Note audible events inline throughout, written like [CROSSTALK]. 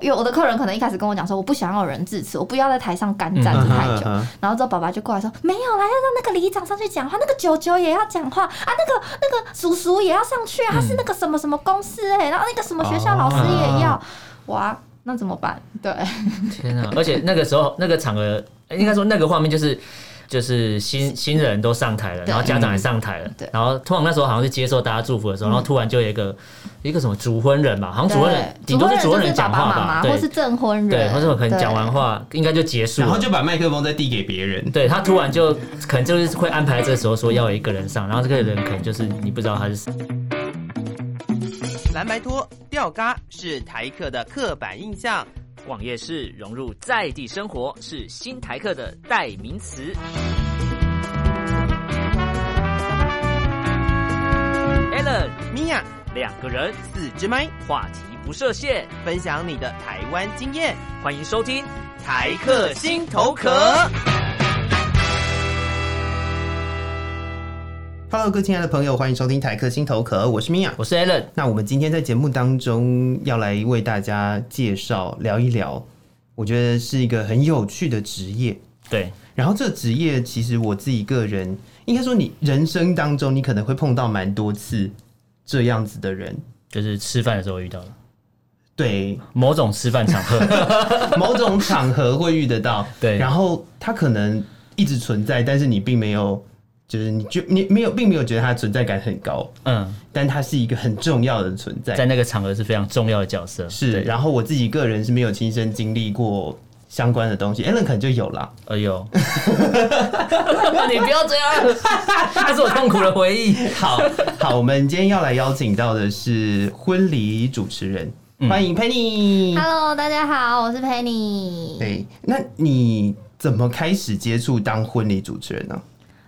因为我的客人可能一开始跟我讲说，我不想要有人致辞，我不要在台上干站着太久。嗯然后之后爸爸就过来说，没有啦，要让那个里长上去讲话，那个九九也要讲话啊，那个那个叔叔也要上去啊，他是那个什么什么公司哎、欸，然后那个什么学校老师也啊要，哇，那怎么办？对，天啊！而且那个时候 [LAUGHS] 那个场合，应该说那个画面就是。就是新新人都上台了，对然后家长也上台了嗯对，嗯然后通常那时候好像是接受大家祝福的时候，然后突然就有一个一个什么主婚人吧，好像主婚人对顶多是主主婚婚人就人是爸讲爸话妈吧，妈对或是证婚人，对，或者可能讲完对话应该就结束了，然后就把麦克风再递给别人。对他突然就可能就是会安排这时候说要有一个人上，然后这个人可能就是你不知道他是谁。蓝白拖、吊嘎是台客的刻板印象。网页式融入在地生活是新台客的代名词。Allen 米娅，两个人四支麦，话题不设限，分享你的台湾经验，欢迎收听。台客心头壳。 Hello，各位亲爱的朋友，欢迎收听台客心头壳，我是米娅。我是 Allen，那我们今天在节目当中要来为大家介绍聊一聊，我觉得是一个很有趣的职业。对然后这职业其实我自己个人，应该说你人生当中你可能会碰到蛮多次这样子的人，就是吃饭的时候遇到了 [LAUGHS] 对，某种吃饭场合， [LAUGHS] 某种场合会遇得到。对然后他可能一直存在，但是你并没有，就是你觉你没有，并没有觉得他的存在感很高，嗯，但他是一个很重要的存在。在那个场合是非常重要的角色。是，对，然后我自己个人是没有亲身经历过相关的东西，Alan 可能就有啦。哎 [LAUGHS] 呦，你不要这样， [LAUGHS] 那是我痛苦的回忆。好好，我们今天要来邀请到的是婚礼主持人，嗯欢迎 Penny。 Hello，大家好，我是 Penny。对，那你怎么开始接触当婚礼主持人呢、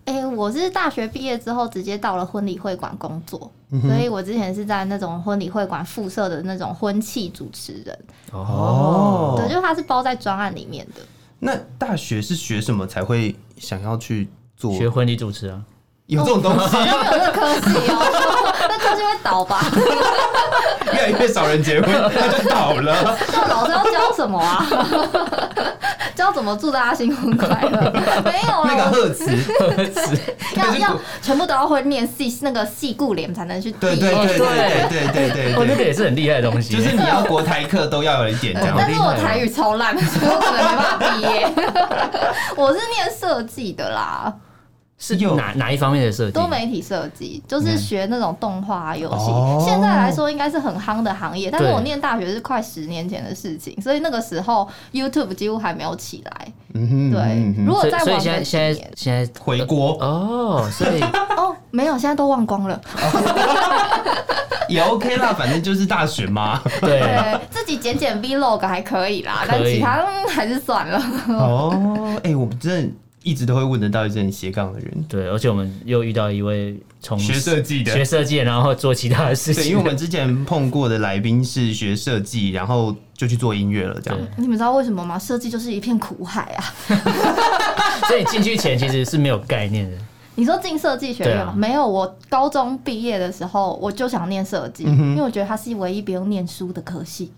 哎、我是大学毕业之后直接到了婚礼会馆工作，嗯所以我之前是在那种婚礼会馆附设的那种婚庆主持人，哦对，就是他是包在专案里面的。那大学是学什么才会想要去做？学婚礼主持啊，有这种东西，好像没有那个科系哦， [LAUGHS] 那科系会倒吧？越来越少人结婚，他就倒了。那老师要教什么啊？教怎么祝大家新婚快乐？没有那个啊，贺词，要要全部都要会念系那个系固联才能去对递对对哦对对对对哦，对那个对，也是很厉害的东西。就是你要国台课都要有一点这样。但是我台语超烂，所以我可能没办法毕业。 [LAUGHS] 我是念设计的啦，是有哪哪一方面的设计？多媒体设计，嗯就是学那种动画啊游戏。哦现在来说应该是很夯的行业，但是对我念大学是快十年前的事情，所以那个时候 YouTube 几乎还没有起来。嗯哼嗯对，哼如果所以再所以往现在前几现年在，现在回国哦，所以哦，没有，现在都忘光了。也 OK 啦，反正就是大学嘛。对对，自己剪剪 Vlog 还可以啦，但可以其他、嗯、还是算了。 [LAUGHS] 哦， [LAUGHS] 哎、我们真的一直都会问得到一些很斜杠的人。对，而且我们又遇到一位从学设计的学设计，然后做其他的事对，因为情我。们之前碰过的来宾是学设计，然后就去做音乐了，这样。你们知道为什么吗？设计就是一片苦海啊！ [LAUGHS] 所以你进去前其实是没有概念的。你说进设计学院吗？对啊没有，我高中毕业的时候我就想念设嗯计，因为我觉得它是唯一不用念书的科系。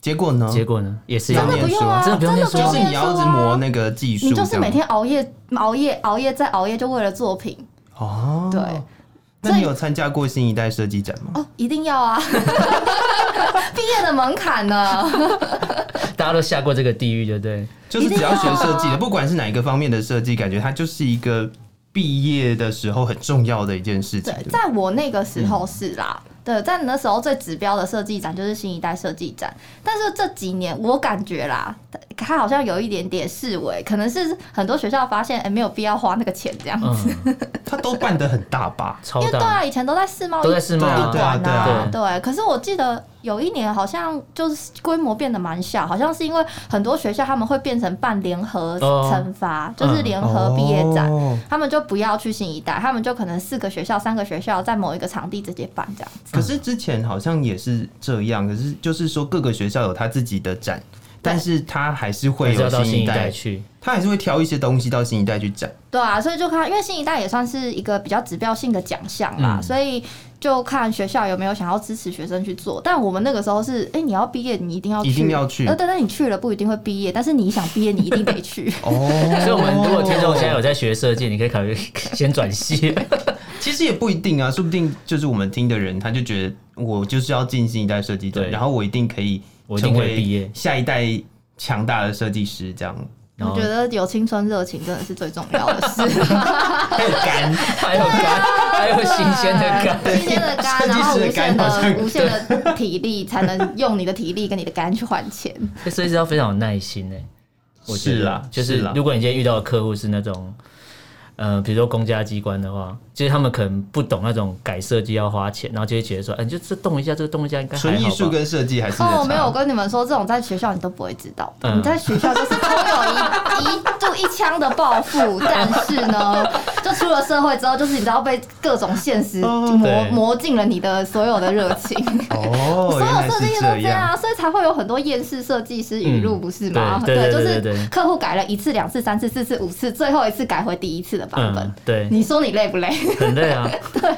结果呢？结果呢，也是真的要不用啊，真的不用念书真啊的不就是用你念书要一直磨啊。那个技术，你就是这样每天熬夜、熬夜、熬夜再熬夜，就为了作品。哦。对，那你有参加过新一代设计展吗？哦，一定要 [LAUGHS] 啊！毕业的门槛呢？ [LAUGHS] 大家都下过这个地狱，对不对？就是一定只要学设计要的，啊不管是哪一个方面的设计，感觉它就是一个毕业的时候很重要的一件事情。对，不在我那个时嗯候是啦。对，在那时候最指标的设计展就是新一代设计展，但是这几年我感觉啦，它好像有一点点视为，可能是很多学校发现，哎、没有必要花那个钱这样，嗯，它都办得很大吧？因超为对大，啊，以前都在世贸都在世贸啊一馆对啊对啊对。可是我记得有一年好像就是规模变得蛮小，好像是因为很多学校他们会变成办联合哦惩罚，就是嗯联合毕业展。嗯哦他们就不要去新一代，他们就可能四个学校、三个学校在某一个场地直接办这样子。可是之前好像也是这样，可是就是说各个学校有他自己的展，但是他还是会是要有到新新一一代代，去。他还是会挑一些东西到新一代去展。对啊，所以就看，因为新一代也算是一个比较指标性的奖项啦，嗯所以就看学校有没有想要支持学生去做。但我们那个时候是，哎、你要毕业，你一定要去，一定要去呃，但但你去了不一定会毕业，但是你想毕业，你一定得去。 [LAUGHS] 哦，所以，我们如果听众现在有在学设计，你可以考虑 [LAUGHS] 先转系。其实也不一定啊，说不定就是我们听的人，他就觉得我就是要进新一代设计者，对然后我一定可以我一定成可以毕为业下一代强大的设计师，这样然我后觉得有青春热情真的是最重要的事，还有干。还有干，还有 [LAUGHS] 新鲜的干。新鲜的肝，然后设计师无的肝限好像的无限的体力，才能用你的体力跟你的肝去还钱。欸 [LAUGHS] 所以是要非常有耐心呢、欸我觉得是啦就是是啦如果你今天遇到的客户是那种，呃，比如说公家机关的话，就是他们可能不懂那种改设计要花钱，然后就会觉得说，哎、你就这动一下，这个动一下应该还纯艺好术吧？跟设计还是有哦，差没有，我跟你们说，这种在学校你都不会知道的。嗯你在学校就是空有一一肚一腔的抱负，但是 [LAUGHS] 呢，就出了社会之后，就是你知道被各种现实哦磨对磨尽了你的所有的热情。哦，所原有来设计是师都这这样样。啊，所以才会有很多厌世设计师语录，嗯不是吗？对对对对就对是对客户改了一次、两次、三次、四次、五次，最后一次改回第一次的版本嗯。，对，你说你累 [LAUGHS] 不累？很累啊，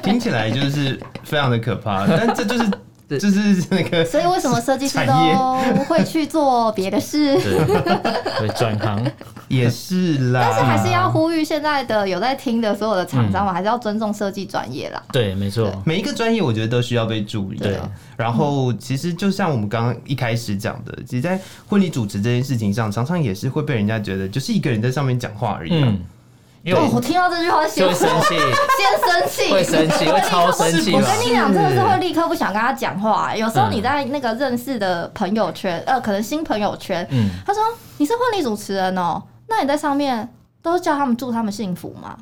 听起来就是非常的可怕，但这就是就是那个所以为什么设计师产业都会去做别的事？ [LAUGHS] 对，会转行， [LAUGHS] 也是啦，但是还是要呼吁现在的有在听的所有的厂嗯商，我还是要尊重设计专业啦。对，没错，每一个专业，我觉得都需要被注意对的。然后，其实就像我们刚刚一开始讲的，其实，在婚礼主持这件事情上，常常也是会被人家觉得就是一个人在上面讲话而已啊、嗯，因为哦，我我听到这句话先就会生气， [LAUGHS] 先生气，会生气，会超生气嗯我吧？跟你讲，真的是会立刻不想跟他讲话、欸有时候你在那个认识的朋友圈，呃，可能新朋友圈，嗯他说你是婚礼主持人哦，那你在上面都叫他们祝他们幸福吗？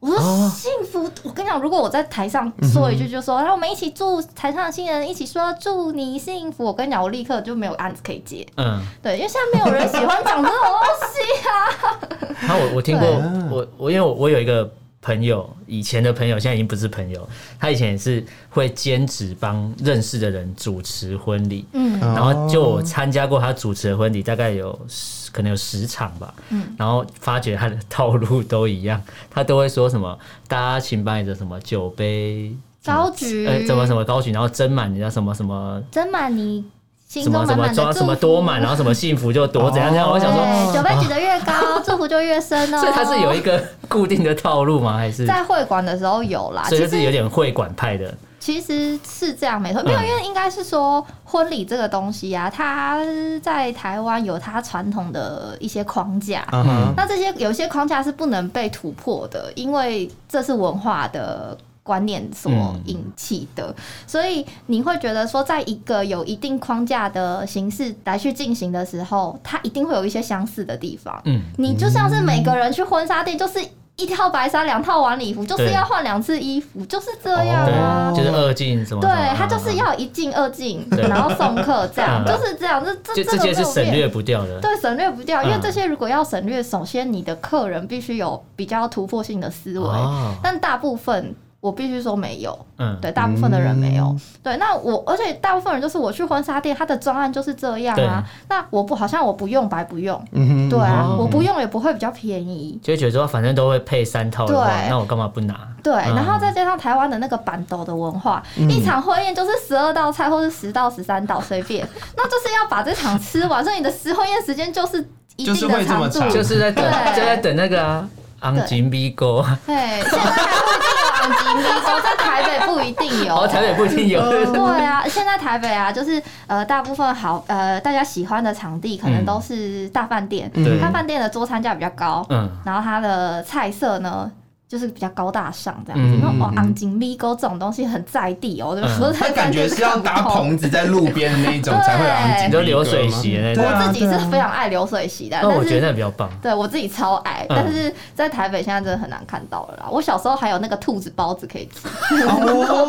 我说哦嗯幸福，我跟你讲，如果我在台上说一句，就说让我们一起祝台上的新人一起说祝你幸福，我跟你讲，我立刻就没有案子可以接，嗯。对，因为现在没有人喜欢讲这种东 [LAUGHS] 西啊。然后我我听过对啊我我因为我我有一个朋友，以前的朋友现在已经不是朋友，他以前也是会兼职帮认识的人主持婚礼，嗯，哦然后就我参加过他主持的婚礼，大概有十可能有十场吧，嗯然后发觉他的套路都一样，他都会说什么大家请把你的什么酒杯。高举呃，怎么什么高举，然后斟满你的什么什么斟满你心什中么什满么满的祝福，装哦什么多满，然后什么幸福就多怎样怎样。我想说，啊对，酒杯举得越高，祝福就越深哦。 [LAUGHS] 所以他是有一个固定的套路吗？还是在会馆的时候有啦，所啊其以就是有实点会馆派的，其实是这样没错，没有，嗯因为应该是说婚礼这个东西啊，它在台湾有它传统的一些框架。嗯哼，那这些有些框架是不能被突破的，因为这是文化的观念所引起的，所以你会觉得说，在一个有一定框架的形式来去进行的时候，它一定会有一些相似的地方。嗯，你就像是每个人去婚纱店，就是一套白纱，两套晚礼服，就是要换两次衣服，就是这样对啊。，就是二进什么什么，对啊，他就是要一进二进，对然后送客，这样 [LAUGHS] 嗯就是这样。这这就这个没些有是省变略不掉的，对，省略不掉，因为嗯这些如果要省略，首先你的客人必须有比较突破性的思维，啊哦但大部分我必须说没有，嗯，对，大部分的人没有。嗯对，那我而且大部分人就是我去婚纱店，他的专案就是这样啊。那我不好像我不用白不用，嗯哼，对啊，嗯我不用也不会比较便宜。就会觉得说反正都会配三套的话，对那我干嘛不拿？对，啊嗯然后再加上台湾的那个板斗的文化，嗯一场婚宴就是十二道菜或是十到十三道随便，那就是要把这场吃完，所以你的十婚宴时间就是一就是定的会这么长度，长就是在等，对就在等那个啊。昂金逼购，对，现在还会这种吉米粥，在台北不一定有。哦，台北不一定有，对啊，现在台北啊，就是呃，大部分好呃，大家喜欢的场地可能都是大饭店，嗯它饭店的桌餐价比较高，嗯，然后它的菜色呢。就是比较高大上这样嗯子，那种哦，昂金米沟这种东西很在地哦，我就说他在感觉是 [LAUGHS] 要搭棚子在路边的那一种才会昂对景，你就流水席的那对种，我啊自己是非常爱流水席的，那但哦我是觉得那比较棒，对我自己超爱，嗯但是在台北现在真的很难看到了啦。我小时候还有那个兔子包子可以吃，啊哦，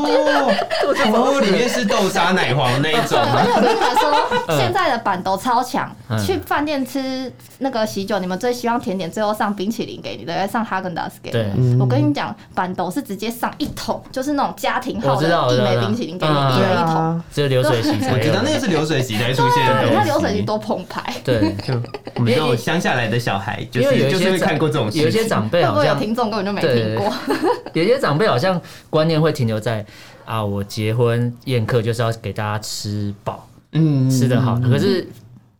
[LAUGHS] 哦，里面是豆沙奶黄那一 [LAUGHS] 种，而且我跟你们说，现在的板都超强嗯，去饭店吃那个喜酒，你们最希望甜点最后上冰淇淋给你，对不对，上哈根达斯给你。对，我跟你讲，板豆是直接上一桶，就是那种家庭号我知的道我知一道枚冰淇淋给你嗯一人一桶。，只有流水席我才知有道。那个是流水席才出现的东对，西。你看流水席 [LAUGHS] 多澎湃。对，就我们这种乡下来的小孩， [LAUGHS] 就因为有是一就些是会长看过这种事情。有一些长辈会不好会有像听众根本就没对听过？ [LAUGHS] 有些长辈好像观念会停留在啊，我结婚宴客就是要给大家吃饱，嗯吃得好。可是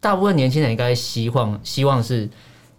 大部分年轻人应该希望希望是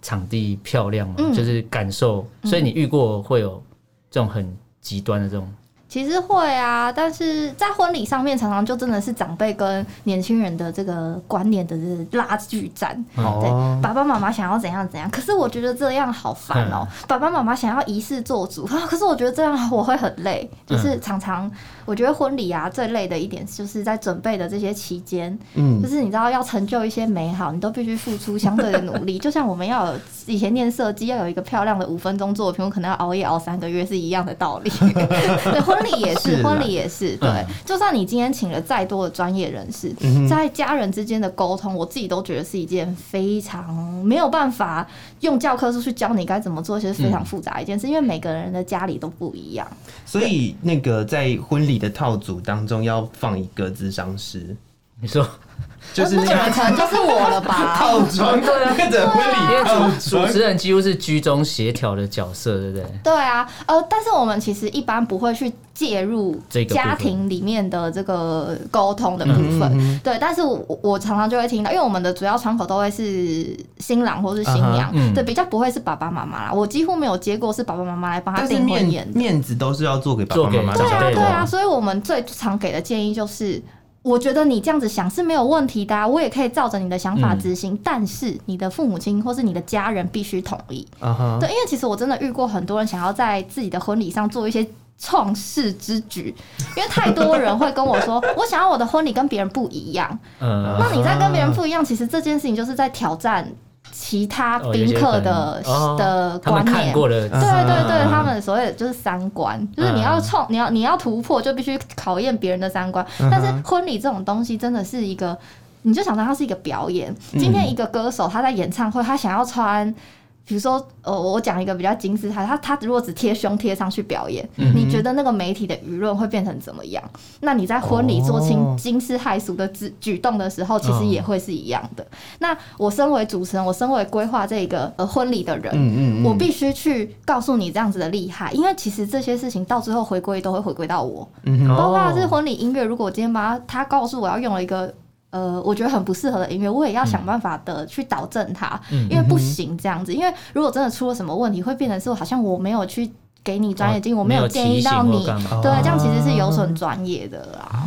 场地漂亮嘛，嗯就是感受。所以你遇过会有这种很极端的这种，其实会啊，但是在婚礼上面，常常就真的是长辈跟年轻人的这个观念的这个拉锯战。嗯哦对，爸爸妈妈想要怎样怎样，可是我觉得这样好烦哦、爸爸妈妈想要一事做主啊，可是我觉得这样我会很累。就是常常，我觉得婚礼啊最累的一点，就是在准备的这些期间，嗯就，是你知道要成就一些美好，你都必须付出相对的努 [LAUGHS] 力。就像我们要有以前念设计，要有一个漂亮的五分钟作品，我可能要熬夜熬三个月是一样的道 [LAUGHS] 理。对，婚礼也是，是啦婚礼也是。对，嗯就算你今天请了再多的专业人士，嗯哼在家人之间的沟通，我自己都觉得是一件非常没有办法用教科书去教你该怎么做，其实非常复杂一件事，因为每个人的家里都不一样。所以那个在婚礼的套组当中要放一个智商师，你说就是那那个人个可能就是我了 [LAUGHS] 吧？套装，对啊那个婚嗯因为礼套主主装持。人几乎是居中协调的角色，对不对？对啊，呃，但是我们其实一般不会去介入这个部分嗯家庭里面的这个沟通的部分，对。但是我我常常就会听到，因为我们的主要窗口都会是新郎或是新娘，嗯哼嗯对，比较不会是爸爸妈妈啦。我几乎没有接过是爸爸妈妈来帮他但是订婚面宴嗯的。面子都是要做给爸爸妈妈对做给的，啊，长辈对的啊，所以我们最常给的建议就是。我觉得你这样子想是没有问题的、啊，我也可以照着你的想法执行，但是你的父母亲或是你的家人必须同意。啊哈，对，因为其实我真的遇过很多人想要在自己的婚礼上做一些创世之举，因为太多人会跟我说，我想要我的婚礼跟别人不一样。嗯，那你在跟别人不一样，其实这件事情就是在挑战其他宾客的、哦哦有些可能的他们观看念。过啊了，对对对，嗯他们所谓的就是三观，就是你要嗯创，你要你要突破，就必须考验别人的三观。嗯但是婚礼这种东西真的是一个，你就想到它是一个表演。嗯今天一个歌手他在演唱会，他想要穿。比如说，呃，我讲一个比较金丝他他他如果只贴胸贴上去表演，嗯你觉得那个媒体的舆论会变成怎么样？那你在婚礼做哦清惊世骇俗的举举动的时候，其实也会是一样的。那我身为主持人，我身为规划这个呃婚礼的人，嗯嗯嗯我必须去告诉你这样子的厉害，因为其实这些事情到最后回归都会回归到我，嗯包哦括是婚礼音乐。如果我今天把他他告诉我要用了一个。呃，我觉得很不适合的音乐，我也要想办法的去导正它，嗯因为不行这样子。因为如果真的出了什么问题，会变成是我好像我没有去给你专业经验，我哦没有有建议提醒到或你，干嘛哦对，这样其实是有损专业的啦。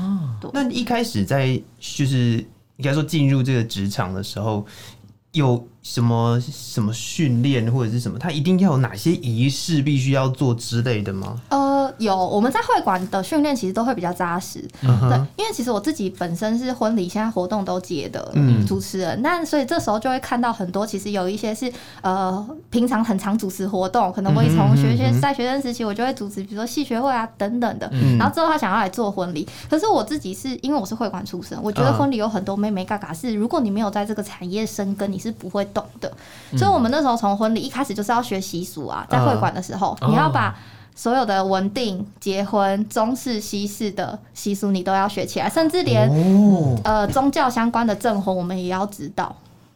那一开始在就是应该说进入这个职场的时候，有什么什么训练或者是什么，他一定要有哪些仪式必须要做之类的吗？呃，有我们在会馆的训练其实都会比较扎实，对，因为其实我自己本身是婚礼现在活动都接的主持人，那、所以这时候就会看到很多，其实有一些是呃平常很常主持活动，可能我也从学学在学生时期我就会主持，比如说系学会啊等等的，然后之后他想要来做婚礼，可是我自己是因为我是会馆出身，我觉得嗯婚礼有很多妹妹嘎嘎是，如果你没有在这个产业深耕，你是不会懂的，所以我们那时候从婚礼一开始就是要学习俗啊，在会馆的时候、嗯你要哦把。所有的文定、结婚、中式、西式的习俗你都要学起来，甚至连、哦，呃宗教相关的证婚我们也要知道。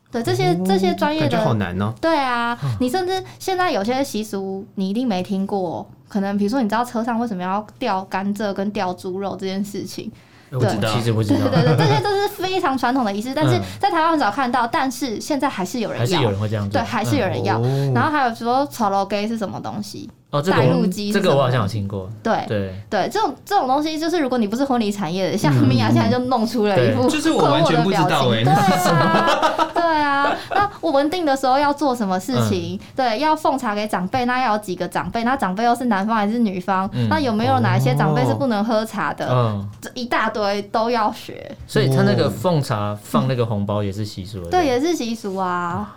对这些这些专业感觉好的，难哦。对啊，你甚至现在有些习俗你一定没听过，可能比如说你知道车上为什么要吊甘蔗跟吊猪肉这件事情，我知道，其实不知对对道，对，这些都是非常传统的仪式，但是嗯在台湾很少看到，但是现在还是有人 [LAUGHS] 还是要有人会这样做，对，还是有嗯人要。哦然后还有说炒楼鸡是什么东西？哦，这个带路我机这个什么我好像有听过，对对，对，这种这种东西就是，如果你不是婚礼产业的，像米娅现在就弄出了一副嗯对就是我困惑完全的不知表道情欸对啊，对啊。那我们定的时候要做什么事情？嗯对，要奉茶给长辈，那要有几个长辈？那长辈又是男方还是女方？嗯那有没有哪一些长辈是不能喝茶的？哦嗯。这一大堆都要学，所以他那个奉茶放那个红包也是习俗，对，，也是习俗啊。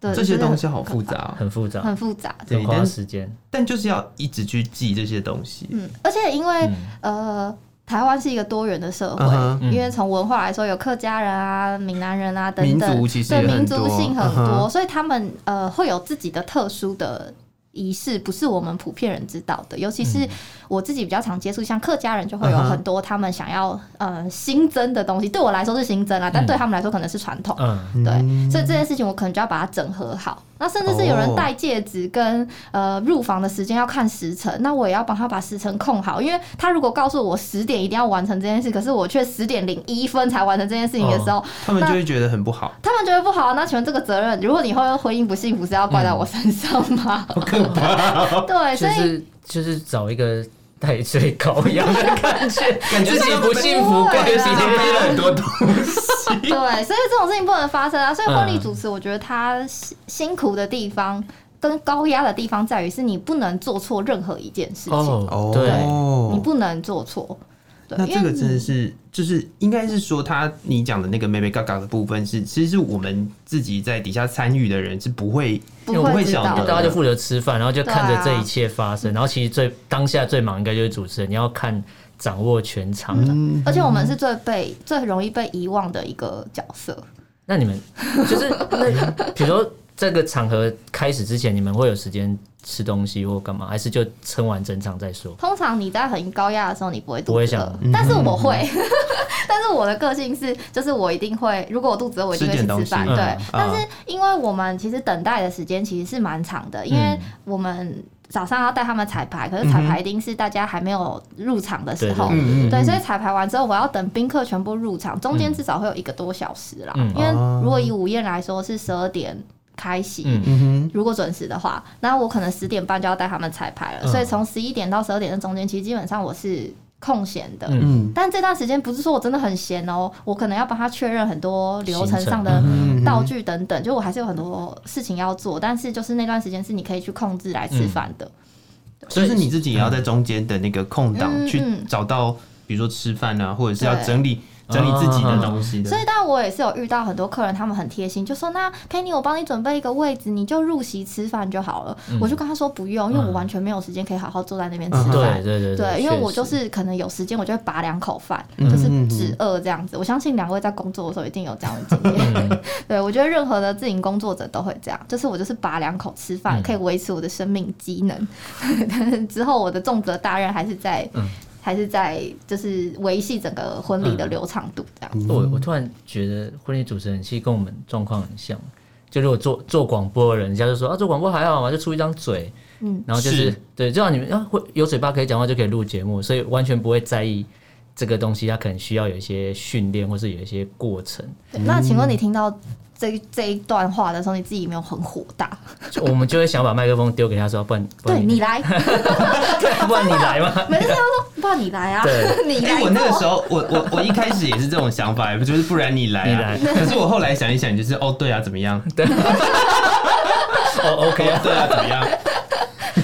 对，这些就是东西好复杂哦，很复杂，很复杂。很花时间。但就是要一直去记这些东西。嗯，而且因为、呃，台湾是一个多元的社会，嗯哼因为从文化来说，有客家人啊、闽南人啊等民等，族其实对也很民族多性很嗯多，哼所以他们呃会有自己的特殊的仪式不是我们普遍人知道的，尤其是我自己比较常接触，像客家人就会有嗯哼很多他们想要呃新增的东西，对我来说是新增啦，啊但对他们来说可能是传统。嗯，哦对，嗯所以这件事情我可能就要把它整合好。那甚至是有人戴戒指跟、呃入房的时间要看时辰，那我也要帮他把时辰控好，因为他如果告诉我十点一定要完成这件事，可是我却十点零一分才完成这件事情的嗯时候，他们就会觉得很不好，他们觉得不好。啊那请问这个责任，如果你后面婚姻不幸福，是要怪在我嗯身上 [LAUGHS] 吗？[LAUGHS] 哦对，哎所就以。是就是找一个代罪羔羊的 [LAUGHS] 感觉，感觉自己不幸福，不会啦怪自己背了很多东西。对，所以这种事情不能发生啊！所以婚礼嗯主持，我觉得他辛辛苦的地方跟高压的地方在于，是你不能做错任何一件事情。哦，对，你不能做错。对那，因这为个真的是，就是应该是说他你讲的那个妹妹嘎嘎的部分是，其实是我们自己在底下参与的人是不会不我会会知想道啊到的大家就负责吃饭，然后就看着这一切发生，然后其实最当下最忙应该就是主持人，你要看掌握全场的。而且我们是最被最容易被遗忘的一个角色。那你们就是那，比如说这个场合开始之前，你们会有时间吃东西或干嘛，还是就撑完整场再说？通常你在很高压的时候，你不会肚不会子想嗯饿，但是我会。 [LAUGHS] 但是我的个性是，就是我一定会，如果我肚子饿，我一定会吃去点东吃西饭。嗯对，啊但是因为我们其实等待的时间其实是蛮长的，因为嗯我们。早上要带他们彩排，可是彩排一定是大家还没有入场的时候，对对对对对对，所以彩排完之后，我要等宾客全部入场，中间至少会有一个多小时啦。嗯因为哦如果以午宴来说是十二点开席，嗯嗯哼，如果准时的话，那我可能十点半就要带他们彩排了，嗯所以从十一点到十二点这中间，其实基本上我是空闲的。嗯嗯，但这段时间不是说我真的很闲哦，我可能要帮他确认很多流程上的嗯道具等等，就我还是有很多事情要做，但是就是那段时间是你可以去控制来吃饭的。所以是你自己也要在中间的那个空档嗯去嗯找到，比如说吃饭啊，或者是要对整理整理自己的东西的所。以，但我也是有遇到很多客人，他们很贴心，就说：“那 Penny，我帮你准备一个位置，你就入席吃饭就好了。嗯我就跟他说：“不用，因为我完全没有时间可以好好坐在那边吃嗯饭。对对对对，因为我就确实是可能有时间，我就会拔两口饭，嗯就是止饿这样子。我相信两位在工作的时候一定有这样的经嗯验。 [LAUGHS] 对，我觉得任何的自营工作者都会这样，就是我就是拔两口吃饭，可以维持我的生命机能。 [LAUGHS] 但是之后我的重责大任还是在，嗯还是在就是维系整个婚礼的流畅度这样。我我突然觉得婚礼主持人其实跟我们状况很像，就如果做做广播的人，人家就说啊做广播还好嘛，就出一张嘴，嗯然后就是是对，就像你们啊会有嘴巴可以讲话就可以录节目，所以完全不会在意这个东西，他可能需要有一些训练或是有一些过程。对那请问你听到这这一段话的时候，你自己有没有很火大？就我们就会想把麦克风丢给他说，啊不然不对然你来，对 [LAUGHS] 不然你来嘛，每次他说不然你来啊，对你哎、来我那个做时候，我我我一开始也是这种想法， [LAUGHS] 就是不然你来啊。你可是我后来想一想，就是哦，对啊，怎么 [LAUGHS] 样？对哦 OK 啊，啊，怎么样？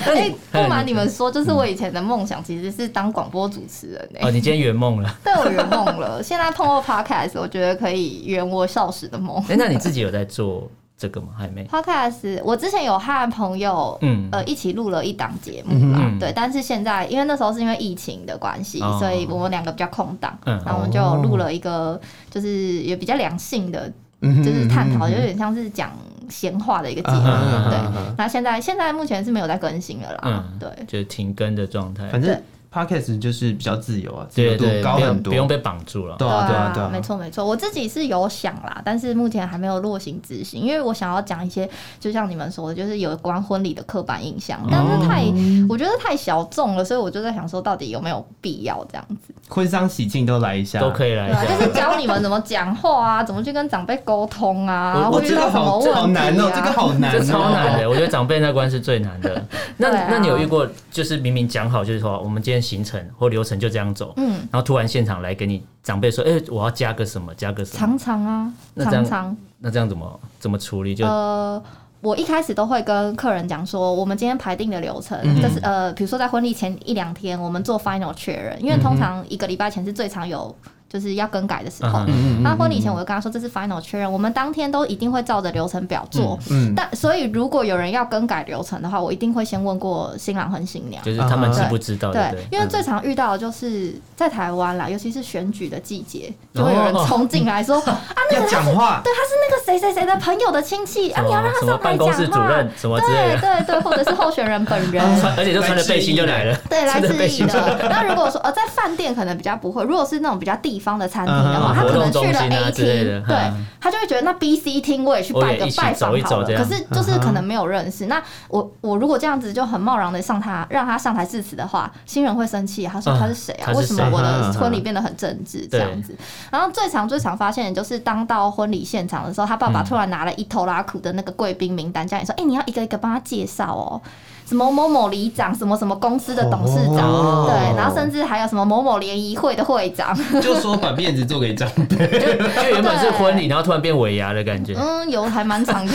哎、不瞒你们说，就是我以前的梦想其实是当广播主持人哎、哦你今天圆梦了，但我圆梦了。现在碰到 podcast，我觉得可以圆我少时的梦。哎那你自己有在做这个吗？还没， podcast，我之前有和朋友嗯呃一起录了一档节目啦，嗯对。但是现在因为那时候是因为疫情的关系，哦所以我们两个比较空档，嗯然后我们就录了一个就是也比较良性的，嗯就是探讨，有点像是讲闲话的一个节目。嗯对嗯嗯嗯，那现在现在目前是没有在更新了啦，嗯对。就是停更的状 [LAUGHS] 态，反正 podcast 就是比较自由啊，自由对度对，高不用很多。不用被绑住了。对啊，对啊，对啊，没。错没错，我自己是有想啦，但是目前还没有落行执行，因为我想要讲一些，就像你们说的，就是有关婚礼的刻板印象，但是太、哦我觉得太小众了，所以我就在想说，到底有没有必要这样子？婚丧喜庆都来一下，都可以。以来对一啊，下。就是教你们怎么讲话啊，怎么去跟长辈沟通啊，我会遇这个到什么好问题、啊、好难哦，这个好难，这超难。的，我觉得长辈那关是最难的。那、对啊那你有遇过，就是明明讲好，就是说哦我们今天行程或流程就这样走，嗯，然后突然现场来给你长辈说，哎、我要加个什么，加个什么，常常啊，那这样常常，那这样怎么怎么处理？就、呃。我一开始都会跟客人讲说，我们今天排定的流程，嗯就是嗯呃，比如说在婚礼前一两天，我们做 final 确认，因为通常一个礼拜前是最常有。就是要更改的时候嗯。嗯那婚礼前我就跟他说这是 final 确认，我们当天都一定会照着流程表做。嗯但所以如果有人要更改流程的话，我一定会先问过新郎和新娘。就是他们知不知道？对不对对，，因为嗯最常遇到的就是在台湾啦，尤其是选举的季节，就会哦有人冲进来 [LAUGHS] 说啊，那要个他讲是话，对，他是那个谁谁谁的朋友的亲戚啊，什你要让么他什么上台办公室讲主话任。什么之类对的，对对，或者是候选人本人，穿而且就穿着背心就来了， [LAUGHS] 对，来穿着自背己心就来了。的。那如果说呃，在饭店可能比较不会，如果是那种比较地方的餐厅的话，嗯他可能活动去了中心啊 A 之类的厅，对嗯他就会觉得那 B、C 厅我也去我拜也个一起拜走访一好走了。这可样嗯是就是可能没有认识。那我我如果这样子就很贸然的上他让他上台致辞的话，新人会生气，他说嗯他是谁啊？他是为什么谁我的嗯嗯婚礼变得很政治这样子？然后最常最常发现的就是，当到婚礼现场的时候，他爸嗯爸突然拿了一头拉苦的那个贵宾名单，叫你说：“哎、你要一个一个帮他介绍哦，什么某某里长，什么什么公司的董事长，哦对，然后甚至还有什么某某联谊会的会 [LAUGHS] 长，就说把面子做给长辈， [LAUGHS] [LAUGHS] 就原本是婚礼，然后突然变尾牙的感觉，嗯，有还蛮 [LAUGHS] 长的，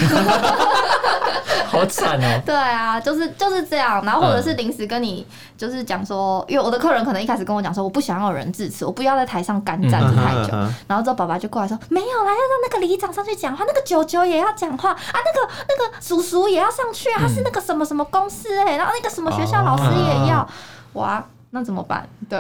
好惨哦。对啊，就是就是这样，然后或者是临时跟你就是讲说，因为我的客人可能一开始跟我讲说，我不想要有人致辞，我不要在台上干站着太久，嗯嗯嗯嗯然后之后爸爸就过来说，没有啦，要让那个里长上去讲话，那个九九也要讲嗯话啊，那个那个叔叔也要上去啊，他是那个什么什么公司哎、然后那个什么学校老师也哦要，哇，那怎么办？对。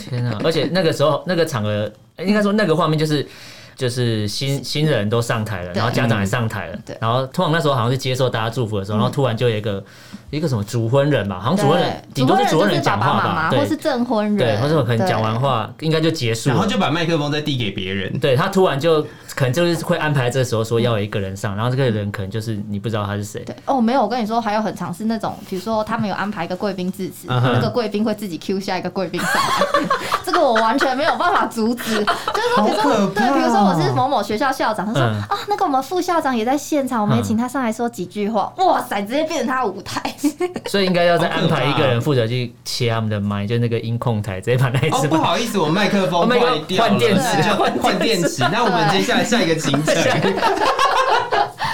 天啊！而且那个时候那个场合，应该说那个画面就是。就是新新人都上台了，对然后家长也上台了，对嗯然后通常那时候好像是接受大家祝福的时候，然后突然就有一个一个什么主婚人吧，好像哦主婚人对顶多是主婚人就是爸讲爸话妈妈吧，或对是证婚人，对，或者可能讲完对。话应该就结束了，然后就把麦克风再递给别人。对他突然就可能就是会安排这时候说要有一个人上，然后这个人可能就是你不知道他是谁，嗯对哦，没有，我跟你说，还有很常是那种，比如说他们有安排一个贵宾致辞嗯哼那个贵宾会自己 Q 下一个贵宾上来， [LAUGHS] 这个我完全没有办法阻止。就是说，比如好说，可怕对，哦比如说我是某某学校校长，他说嗯啊，那个我们副校长也在现场，我们也请他上来说几句话。哇塞，直接变成他的舞台。 [LAUGHS] 所以应该要再好可安怕排一个人负责去切他们的麦，就那个音控台直接把那一哦，只 [LAUGHS] 不麦。好意思，我麦克我风麦克风坏掉了，换电池就 [LAUGHS] 换电池。那我们接下来下一个行 [LAUGHS] 程，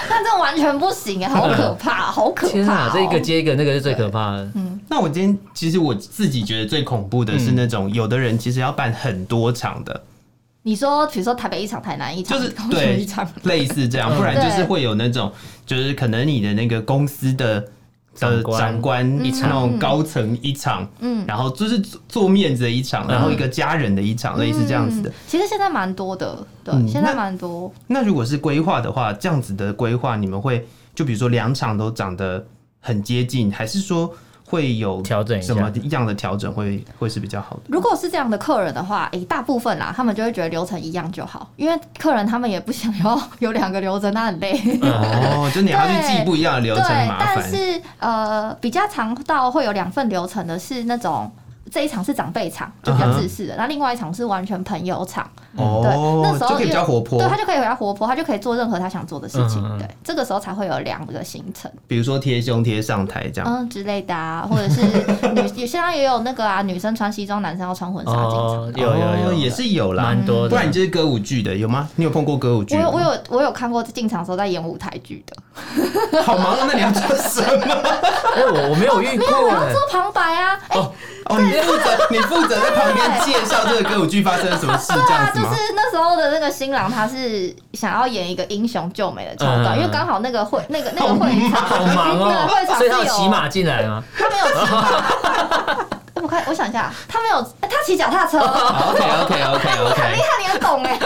但这完全不行哎，好可怕，好可嗯天怕啊哦！，这一个接一个，那个是最可怕的。那我今天其实我自己觉得最恐怖的嗯是那种有的人其实要办很多场的，你说，比如说台北一场，台南一场，就是高雄 [LAUGHS] 对一场，类似嗯这样，不然就是会有那种就是可能你的那个公司的。的长官嗯长官一场那种高层一场，嗯然后就是做做面子的一嗯场，然后一个家人的一场，类似这样子的嗯。。其实现在蛮多的，对，嗯现在那蛮多。那如果是规划的话，这样子的规划，你们会就比如说两场都长得很接近，还是说会有调整一下什么样的调整会会是比 [LAUGHS] 较好的？如果是这样的客人的话，诶、大部分啦，他们就会觉得流程一样就好，因为客人他们也不想要有两个流程，那很累。哦，就你要去记不一样的 [LAUGHS] 流对程，很麻但烦。是呃，比较常到会有两份流程的是那种。这一场是长辈场，就比较嗯哼自私的；那、另外一场是完全朋友场，嗯对，那哦，时候就可以比较活泼对，他就可以比较活泼，他就可以做任何他想做的事情。嗯嗯嗯对，这个时候才会有两个行程，比如说贴胸贴上台这样。嗯之类的啊，或者是女现在也有那个啊，女生穿西装，男生要穿婚纱进场。哦，有有哦有，也是有啦，蛮多的不然你就是歌舞剧的，有吗？你有碰过歌舞剧我吗？有我有我有看过进场的时候在演舞台剧的， [LAUGHS] 有，好忙啊！那你要做什么？哎，我我没有遇过我要哎做旁白啊，哎、哦，你负责，你负责在旁边介绍这个歌舞剧发生了什么事，这样啊，子就吗？是那时候的那个新郎，他是想要演一个英雄救美的桥段，嗯因为刚好那个会那个那个会场，好忙那个会哦，场所是以他有骑有马进来吗？他没有骑马， [LAUGHS] 我看我想一下，他没有，哎他骑脚踏车，哦厉 OK OK OK OK，害，你很懂哎、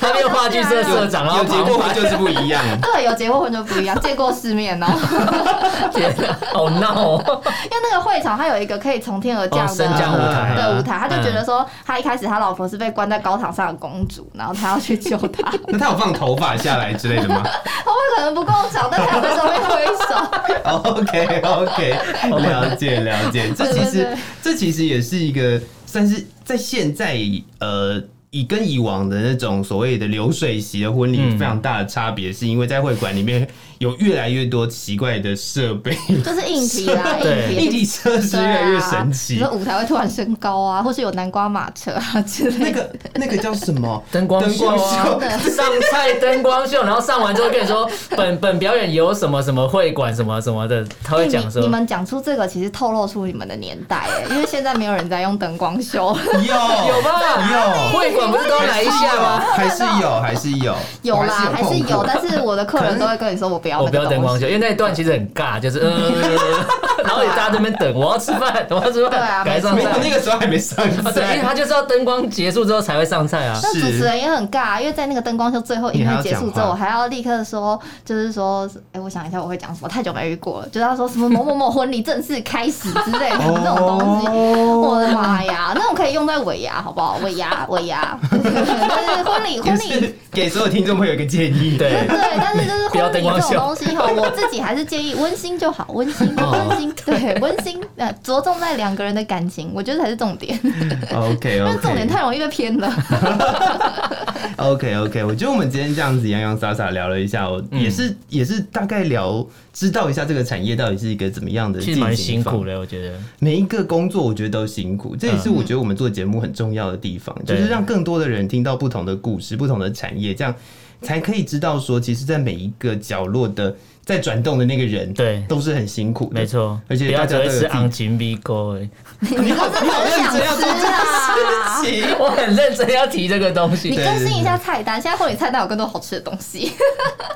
他变话剧社社长，然后有结果旁白就是不一样。对，有结过婚就不一样，见过世面哦，天啊好闹哦，因为那个会场它有一个可以从天而降哦的。升降舞台啊的舞台，他就觉得说，他一开始他老婆是被关在高塔上的公主，然后他要去救她， [LAUGHS] 那他有放头发下来之类的吗头发可能不够长，但他有在上面挥手。 ？OK OK，了解了解。这其对对实对这其实也是一个算是在现在呃。以跟以往的那种所谓的流水席的婚礼嗯非常大的差别，是因为在会馆里面有越来越多奇怪的设备，就是硬体啦，对硬立体体设施对越啊来越神奇比如。说舞台会突然升高啊，或是有南瓜马车啊之类的。那个那个叫什么？灯光秀啊灯光，上菜灯光秀，然后上完之后跟你说本本表演有什么什么会馆什么什么的，他会哎讲你你说。们讲出这个，其实透露出你们的年代哎，因为现在没有人在用灯光秀，有有吧？有会馆不是都来一下吗？还是有，还是有，有啦，还是有，的。但是我的客人都会跟你说，我不要我那哦不要个灯东光秀，西。因为那一段其实很尬，就是呃，然后也大家在那边等，我要吃饭，我要吃对啊饭，赶快上没菜有。那个时候还没上啊，对，因为菜，他就是要灯光结束之后才会上菜啊。那是主持人也很尬，啊因为在那个灯光秀最后一幕结束之后，我你还要立刻说，就是说，哎、我想一下我会讲什么，太久没遇过了，就是要说什么某某某婚礼正式开始之类 [LAUGHS] 的哦这种东西，我的妈呀，那种可以用在尾牙，好不好？尾牙，尾牙，但是婚礼，婚也礼是给所有听众朋友一个建议。 [LAUGHS] 对对，但是就是不要婚礼灯光这种秀东西哈，我自己还是建议温馨就好，温馨，哦温馨，对，温馨，呃，着重在两个人的感情，我觉得才是重点， ，OK 因为重点 OK 太容易被偏了。 OK OK，我觉得我们今天这样子洋洋洒洒聊了一下，我嗯也是也是大概聊知道一下这个产业到底是一个怎么样的其进实行蛮方，辛苦的，我嗯觉得。每一个工作我觉得都辛苦，这也是我觉得我们做节目很重要的地方，嗯就是让更多的人听到不同的故事、不同的产业，这样才可以知道说，其实，在每一个角落的在转动的那个人，对都是很辛苦的，没。错，而且不大要家只都会有吃自己 [LAUGHS] 昂金 V 勾哎， [LAUGHS] 你好真的好想认真要做吃啊！ [LAUGHS] 我很认真要提这个东西你对。更新一下菜单，现在婚礼菜单有更多好吃的东 [LAUGHS] 西。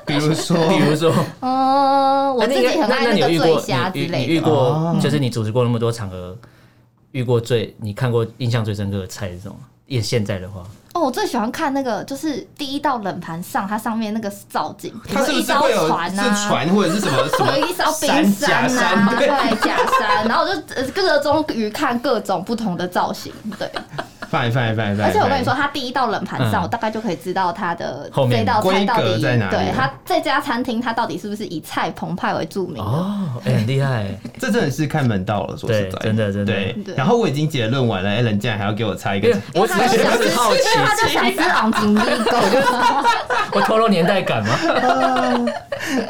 比如说， [LAUGHS] 比如说，嗯，我哎自那应该己很爱那你有个遇醉过虾之你你类你遇的。哦过，就是你组织过那么多场合，遇过最你看过印象最深刻的菜是什么？也现在的话，哦，我最喜欢看那个，就是第一道冷盘上，它上面那个造景，比它如说一是不是艘会有船是啊， [LAUGHS] 船或者是什么什我么一艘冰山山假啊，山？ [LAUGHS] 对对，，假山，然后我就呃各种鱼看各种不同的造型，对。放放放放。而且我跟你说，，它第一道冷盘上，嗯我大概就可以知道它的后这面道菜到规格底在哪里对它这家餐厅它到底是不是以菜澎湃为著名的？哦，哎，很厉害，这真的是看门道了，说实对在，真的真的对对，然后我已经结论完了，Allen 竟然还要给我猜一因个为我只他就想吃，是好奇，他就 [LAUGHS] 想吃昂吉利狗。我透露年代感吗？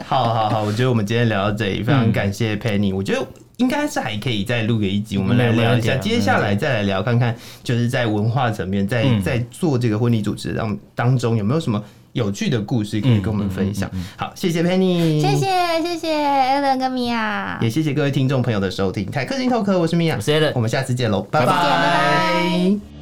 好好好，我觉得我们今天聊到这里，非常嗯感谢 Penny。我觉得应该是还可以再录个一集，我们没来有聊一下。问题啊接下来再来聊看看，就是在文化层面，在嗯在做这个婚礼主持当当中，有没有什么有趣的故事可嗯以跟我们分享？好，谢谢 Penny，谢。谢谢谢 Alan 跟 Mia，也谢谢各位听众朋友的收听，台客心头壳，我是米娅，我是 Alan 我们下次见喽，拜拜拜